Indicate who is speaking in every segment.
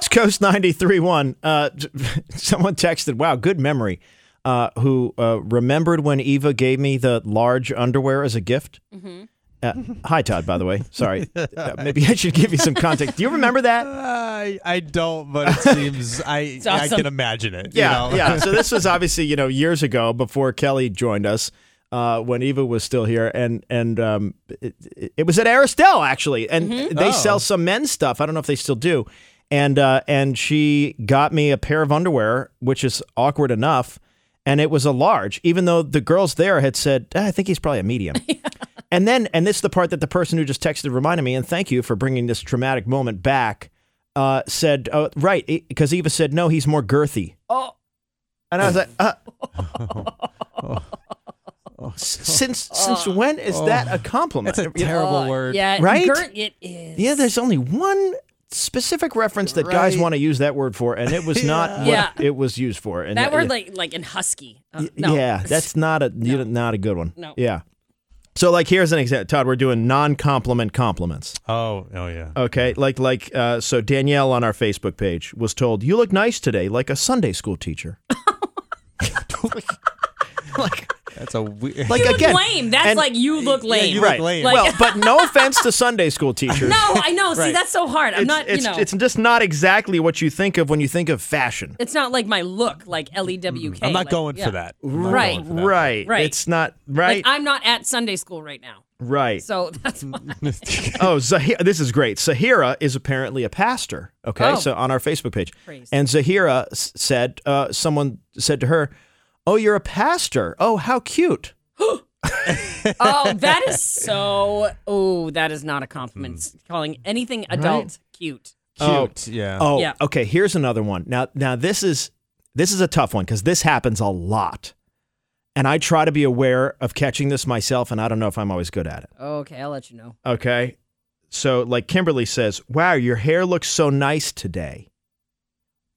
Speaker 1: West Coast 93.1. Uh, someone texted, wow, good memory. Uh, who uh, remembered when Eva gave me the large underwear as a gift? Uh, hi, Todd, by the way. Sorry. Uh, maybe I should give you some context. Do you remember that?
Speaker 2: I, I don't, but it seems I I
Speaker 3: awesome.
Speaker 2: can imagine it. you
Speaker 1: Yeah,
Speaker 2: know?
Speaker 1: yeah. So this was obviously you know years ago before Kelly joined us, uh, when Eva was still here, and and um, it, it- it was at Aristel actually, and they
Speaker 2: Oh.
Speaker 1: sell some men's stuff. I don't know if they still do, and uh, and she got me a pair of underwear, which is awkward enough, and it was a large, even though the girls there had said, "Ah, I think he's probably a medium. And then, and this is the part that the person who just texted reminded me, and thank you for bringing this traumatic moment back. Uh, said, oh, right, because Eva said, no, he's more girthy.
Speaker 3: Oh,
Speaker 1: And I was like, uh, S- since since when is that a compliment?
Speaker 2: That's Oh. a terrible
Speaker 3: oh,
Speaker 2: word.
Speaker 3: Yeah,
Speaker 1: Right?
Speaker 3: Gert, it is.
Speaker 1: yeah, there's only one specific reference that guys
Speaker 2: Right.
Speaker 1: want to use that word for, and it was not what
Speaker 3: Yeah.
Speaker 1: it was used for. And
Speaker 3: that
Speaker 1: it-
Speaker 3: word like like in husky. Uh, no.
Speaker 1: Yeah, that's not a you- not a good one.
Speaker 3: No.
Speaker 1: Yeah. So like here's an example, Todd. We're doing non-compliment compliments.
Speaker 2: Oh, oh yeah.
Speaker 1: Okay, like like uh, so Danielle on our Facebook page was told, "You look nice today, like a Sunday school teacher." like
Speaker 2: That's a weird.
Speaker 1: like
Speaker 3: You look
Speaker 1: again,
Speaker 3: lame. That's
Speaker 1: and-
Speaker 3: like you look lame.
Speaker 2: you look
Speaker 1: right.
Speaker 2: lame.
Speaker 3: Like-
Speaker 1: well, but no offense to Sunday school teachers.
Speaker 3: no, I know. See,
Speaker 2: Right.
Speaker 3: that's so hard. I'm
Speaker 1: it's,
Speaker 3: not.
Speaker 1: it's,
Speaker 3: you know,
Speaker 1: it's just not exactly what you think of when you think of fashion.
Speaker 3: it's not like my look, like L E W K.
Speaker 2: I'm not
Speaker 3: like,
Speaker 2: going
Speaker 3: yeah.
Speaker 2: for that. I'm not
Speaker 3: Right.
Speaker 2: going for that.
Speaker 1: Right.
Speaker 3: Right.
Speaker 1: It's not
Speaker 3: Like
Speaker 1: right.
Speaker 3: I'm not at Sunday school right now,
Speaker 1: right.
Speaker 3: so that's why.
Speaker 1: oh, Zahira, this is great. Zahira is apparently a pastor. Okay,
Speaker 3: Oh.
Speaker 1: so on our Facebook page,
Speaker 3: Praise.
Speaker 1: and Zahira s- said, uh, someone said to her, "Oh, you're a pastor. Oh, how cute."
Speaker 3: Oh, that is so. Oh, that is not a compliment.
Speaker 1: Hmm.
Speaker 3: Calling anything adult cute.
Speaker 2: Cute. yeah.
Speaker 1: Oh,
Speaker 3: Yeah.
Speaker 1: okay. Here's another one. Now, now this is this is a tough one because this happens a lot, and I try to be aware of catching this myself, and I don't know if I'm always good at it.
Speaker 3: Okay, I'll let you know.
Speaker 1: Okay. So, like Kimberly says, wow, your hair looks so nice today,
Speaker 2: Hmm.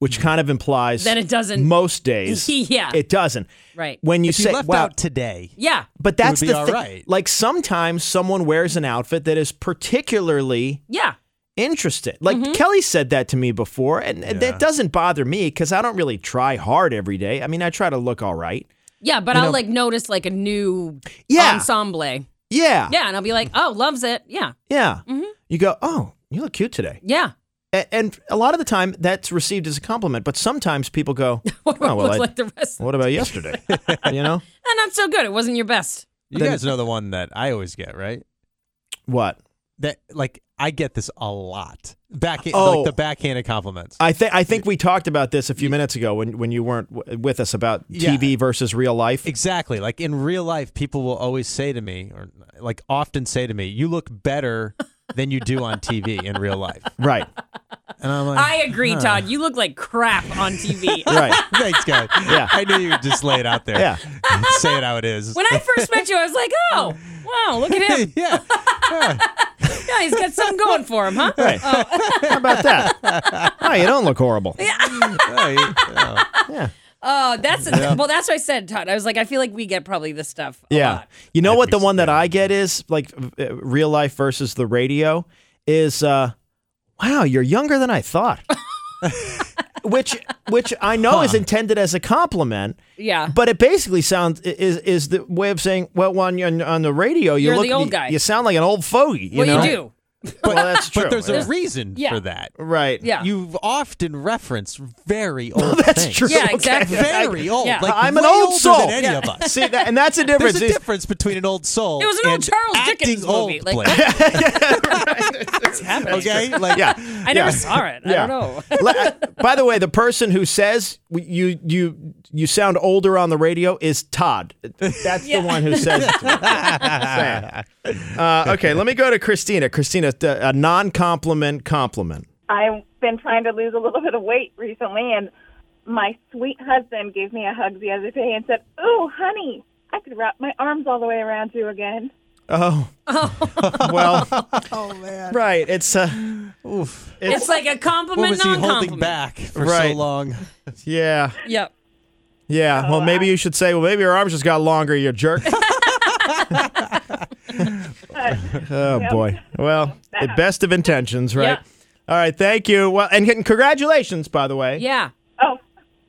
Speaker 1: which kind of implies
Speaker 3: That it doesn't-
Speaker 1: Most days.
Speaker 3: Yeah.
Speaker 1: It doesn't.
Speaker 3: Right.
Speaker 1: When you
Speaker 2: If you
Speaker 1: say,
Speaker 2: left
Speaker 1: wow.
Speaker 2: out today.
Speaker 3: Yeah.
Speaker 1: but that's
Speaker 2: be
Speaker 1: the
Speaker 2: all
Speaker 1: thing.
Speaker 2: right.
Speaker 1: Like sometimes someone wears an outfit that is particularly
Speaker 3: Yeah.
Speaker 1: interesting. Like
Speaker 3: Mm-hmm.
Speaker 1: Kelly said that to me before, and and that doesn't bother me because I don't really try hard every day. I mean, I try to look all right.
Speaker 3: Yeah, but
Speaker 1: You
Speaker 3: I'll
Speaker 1: know-
Speaker 3: like notice like a new
Speaker 1: Yeah.
Speaker 3: ensemble. Yeah, Mm-hmm.
Speaker 1: Yeah.
Speaker 3: and I'll be like, oh, loves it. Yeah,
Speaker 1: Yeah. You go, oh, you look cute today.
Speaker 3: yeah.
Speaker 1: A- and a lot of the time that's received as a compliment, but sometimes people go,
Speaker 3: What do I
Speaker 1: "Oh, well,
Speaker 3: look
Speaker 1: I-
Speaker 3: like the rest?
Speaker 1: what about yesterday? you know?
Speaker 3: And not so good. It wasn't your best.
Speaker 2: You
Speaker 1: Then-
Speaker 2: guys know the one that I always get, right?
Speaker 1: What?
Speaker 2: That like I get this a lot. Back
Speaker 1: Oh.
Speaker 2: like the backhanded compliments.
Speaker 1: I think I think we talked about this a few minutes ago when, when you weren't w- with us about
Speaker 2: Yeah.
Speaker 1: TV versus real life.
Speaker 2: Exactly. Like in real life, people will always say to me, or like often say to me, "You look better than you do on TV in real life."
Speaker 1: Right.
Speaker 2: And I'm like,
Speaker 3: I agree, Todd. You look like crap on TV.
Speaker 1: Right.
Speaker 2: "Thanks, guys.
Speaker 1: Yeah.
Speaker 2: I knew you would just lay it out there.
Speaker 1: Yeah.
Speaker 2: say it how it is.
Speaker 3: When I first met you, I was like, oh, wow, look at him.
Speaker 2: yeah.
Speaker 3: Yeah, he's got something going for him, huh?
Speaker 1: Right. How about that? Oh, you don't look horrible.
Speaker 2: Oh, you- oh.
Speaker 1: Yeah.
Speaker 3: Oh, that's well. That's what I said, Todd. I was like, I feel like we get probably this stuff. A
Speaker 1: Yeah.
Speaker 3: lot.
Speaker 1: You know what? The
Speaker 2: Every
Speaker 1: one that I get is like uh, real life versus the radio is, uh, wow, you're younger than I thought. which, which I know is intended as a compliment.
Speaker 3: Yeah.
Speaker 1: But it basically sounds i- is is the way of saying well on on, on the radio you
Speaker 3: You're
Speaker 1: look
Speaker 3: the old
Speaker 1: you,
Speaker 3: guy.
Speaker 1: you sound like an old fogey. You
Speaker 3: well,
Speaker 1: know?
Speaker 3: you do.
Speaker 1: Well, that's true.
Speaker 2: But there's
Speaker 1: Yeah.
Speaker 2: a reason
Speaker 3: Yeah.
Speaker 2: for that.
Speaker 1: right.
Speaker 3: Yeah.
Speaker 2: You've often referenced very old
Speaker 1: that's
Speaker 2: things.
Speaker 1: true.
Speaker 3: Yeah,
Speaker 1: Okay.
Speaker 3: exactly.
Speaker 2: Very old.
Speaker 3: Yeah.
Speaker 2: Like
Speaker 1: I'm an
Speaker 2: way
Speaker 1: old
Speaker 2: older
Speaker 1: soul.
Speaker 2: than any
Speaker 1: Yeah.
Speaker 2: of us.
Speaker 1: See that, and that's a difference.
Speaker 2: There's a
Speaker 1: It's-
Speaker 2: difference between an old soul.
Speaker 3: It was an old
Speaker 2: and
Speaker 3: Charles
Speaker 2: acting
Speaker 3: Dickens
Speaker 2: old
Speaker 3: movie, like-
Speaker 2: Blake,
Speaker 3: happening.
Speaker 2: okay, like
Speaker 1: Yeah.
Speaker 3: I
Speaker 1: Yeah.
Speaker 3: never saw it.
Speaker 1: Yeah.
Speaker 3: I don't know.
Speaker 1: Le- uh, By the way, the person who says w- you you you sound older on the radio is Todd. That's the one who says. It to me. Just saying. uh, okay, let me go to Christina. Christina, th- a non-compliment compliment.
Speaker 4: I've been trying to lose a little bit of weight recently, and my sweet husband gave me a hug the other day and said, "Oh, honey, I could wrap my arms all the way around you again."
Speaker 1: Oh. well. Oh man. Right. It's uh.
Speaker 3: It's like a
Speaker 2: what
Speaker 3: compliment,
Speaker 2: was he
Speaker 3: non
Speaker 2: holding
Speaker 3: compliment.
Speaker 2: back for
Speaker 1: Right.
Speaker 2: so long?
Speaker 1: Yeah.
Speaker 3: Yep.
Speaker 1: Yeah. well, maybe you should say, well, maybe your arms just got longer, you jerk. oh boy. Well, the best of intentions, right? All right, thank you. Well, and and congratulations, by the way.
Speaker 3: Yeah.
Speaker 4: Oh,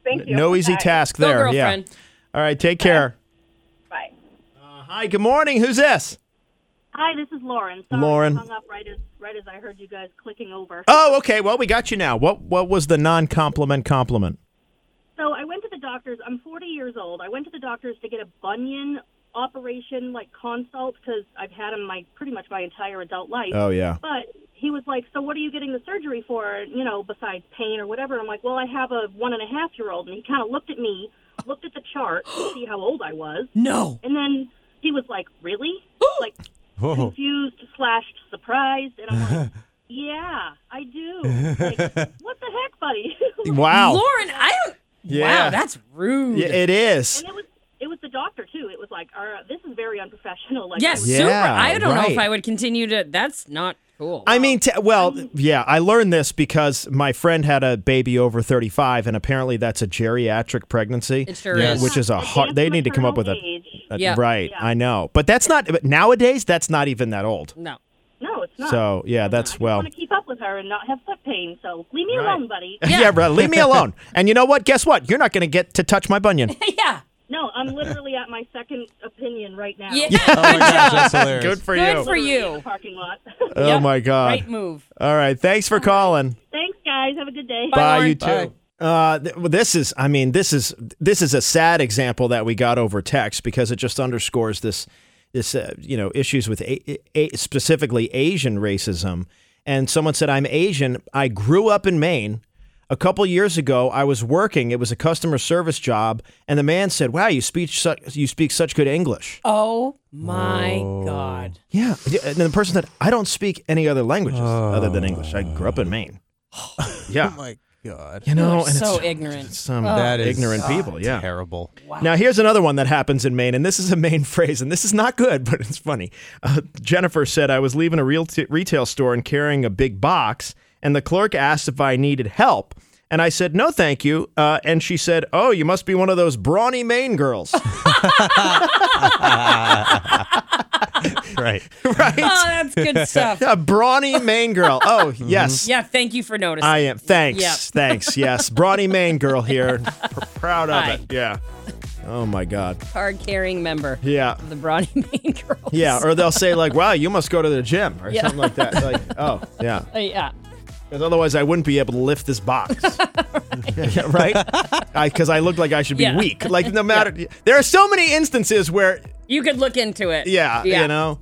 Speaker 4: thank you.
Speaker 1: No easy
Speaker 4: Bye.
Speaker 1: task
Speaker 3: Go,
Speaker 1: there.
Speaker 3: girlfriend.
Speaker 1: Yeah. All right, take care.
Speaker 4: Bye.
Speaker 1: Uh, hi, good morning. Who's this?
Speaker 5: Hi, this is Lauren. Sorry,
Speaker 1: Lauren.
Speaker 5: I hung up right as right as I heard you guys clicking over.
Speaker 1: Oh, okay. Well, we got you now. What what was the non-compliment compliment?
Speaker 5: So I went to the doctor's. I'm 40 years old. I went to the doctor's to get a bunion operation, like consult, because I've had them my pretty much my entire adult life.
Speaker 1: Oh yeah.
Speaker 5: But he was like, "So what are you getting the surgery for? You know, besides pain or whatever?" And I'm like, "Well, I have a one and a half year old." And he kind of looked at me, looked at the chart to see how old I was,
Speaker 3: No.
Speaker 5: and then he was like, "Really?" like
Speaker 1: Oh.
Speaker 2: Whoa. Oh
Speaker 5: confused slash surprised, and I'm like, "Yeah, I do." Like, what the heck, buddy? and
Speaker 1: Wow.
Speaker 3: Lauren, I don't.
Speaker 1: Yeah.
Speaker 3: Wow, that's rude.
Speaker 1: Yeah, it is.
Speaker 5: it was it was the doctor too. It was like, "Uh, this is very unprofessional." Like,
Speaker 3: yes,
Speaker 1: Yeah,
Speaker 3: super. I don't know
Speaker 1: right.
Speaker 3: if I would continue to. That's not cool.
Speaker 1: I mean, t- well, yeah, I learned this because my friend had a baby over 35, and apparently that's a geriatric pregnancy.
Speaker 3: It sure
Speaker 2: Yeah,
Speaker 3: is.
Speaker 1: Which is a
Speaker 5: advanced
Speaker 1: hard, they need to come up with a.
Speaker 5: maternal age.
Speaker 1: a-
Speaker 3: Yeah.
Speaker 1: Right,
Speaker 5: Yeah.
Speaker 1: I know. But that's not, but nowadays, that's not even that old.
Speaker 3: no.
Speaker 5: No, it's not.
Speaker 1: So, yeah, that's,
Speaker 5: I
Speaker 1: well.
Speaker 5: want to keep up with her and not have foot pain. So leave me
Speaker 1: Right.
Speaker 5: alone, buddy.
Speaker 1: Yeah. bro, leave me alone. And you know what? Guess what? You're not going to get to touch my bunion.
Speaker 3: yeah.
Speaker 5: No, I'm literally at my second opinion right now.
Speaker 3: Yeah.
Speaker 2: Oh my gosh, that's hilarious.
Speaker 1: Good for
Speaker 3: Good
Speaker 1: you.
Speaker 3: for
Speaker 5: Literally in
Speaker 3: you.
Speaker 5: the parking lot.
Speaker 1: oh,
Speaker 3: Yep.
Speaker 1: my God.
Speaker 3: Right move.
Speaker 1: All right. Thanks for calling.
Speaker 5: Thanks, guys. Have a good day.
Speaker 1: Bye,
Speaker 3: Lauren.
Speaker 1: you too.
Speaker 2: Bye.
Speaker 1: Uh, th- well, this is, I mean, this is this is a sad example that we got over text because it just underscores this this uh, you know issues with a- a- specifically Asian racism. And someone said, "I'm Asian. I grew up in Maine. A couple years ago, I was working. It was a customer service job, and the man said, "Wow, you speak such you speak such good English."
Speaker 3: Oh my God.
Speaker 1: Yeah, and the person said, "I don't speak any other languages other than English. I grew up in Maine." Yeah.
Speaker 2: Oh my god.
Speaker 1: You know,
Speaker 3: You're
Speaker 1: and
Speaker 3: so
Speaker 1: it's,
Speaker 3: ignorant.
Speaker 1: it's some
Speaker 2: That is
Speaker 1: ignorant
Speaker 2: oh,
Speaker 1: people. Yeah.
Speaker 2: Terrible.
Speaker 1: Now here's another one that happens in Maine, and this is a Maine phrase, and this is not good, but it's funny. Uh, Jennifer said, "I was leaving a real t- retail store and carrying a big box, and the clerk asked if I needed help." And I said, no, thank you. Uh, and she said, oh, you must be one of those brawny Maine girls.
Speaker 2: Right.
Speaker 3: Oh,
Speaker 2: Uh,
Speaker 3: that's good stuff.
Speaker 1: a brawny Maine girl. Oh, yes.
Speaker 3: Yeah, thank you for noticing.
Speaker 1: I am. Thanks.
Speaker 3: Yeah.
Speaker 1: Thanks. Yes. Brawny Maine girl here. Pr- proud of
Speaker 3: Hi.
Speaker 1: it. Yeah. Oh, my God.
Speaker 3: Card carrying member.
Speaker 1: Yeah.
Speaker 3: of The brawny main girls.
Speaker 1: Yeah, or they'll say like, "Wow, you must go to the gym" or
Speaker 3: Yeah.
Speaker 1: something like that. Like, oh, yeah,
Speaker 3: Uh, yeah.
Speaker 1: because otherwise I wouldn't be able to lift this box, Yeah, right? Because I, look like I should be
Speaker 3: Yeah.
Speaker 1: weak. Like, no matter. There are so many instances where,
Speaker 3: You could look into it.
Speaker 1: yeah, you know,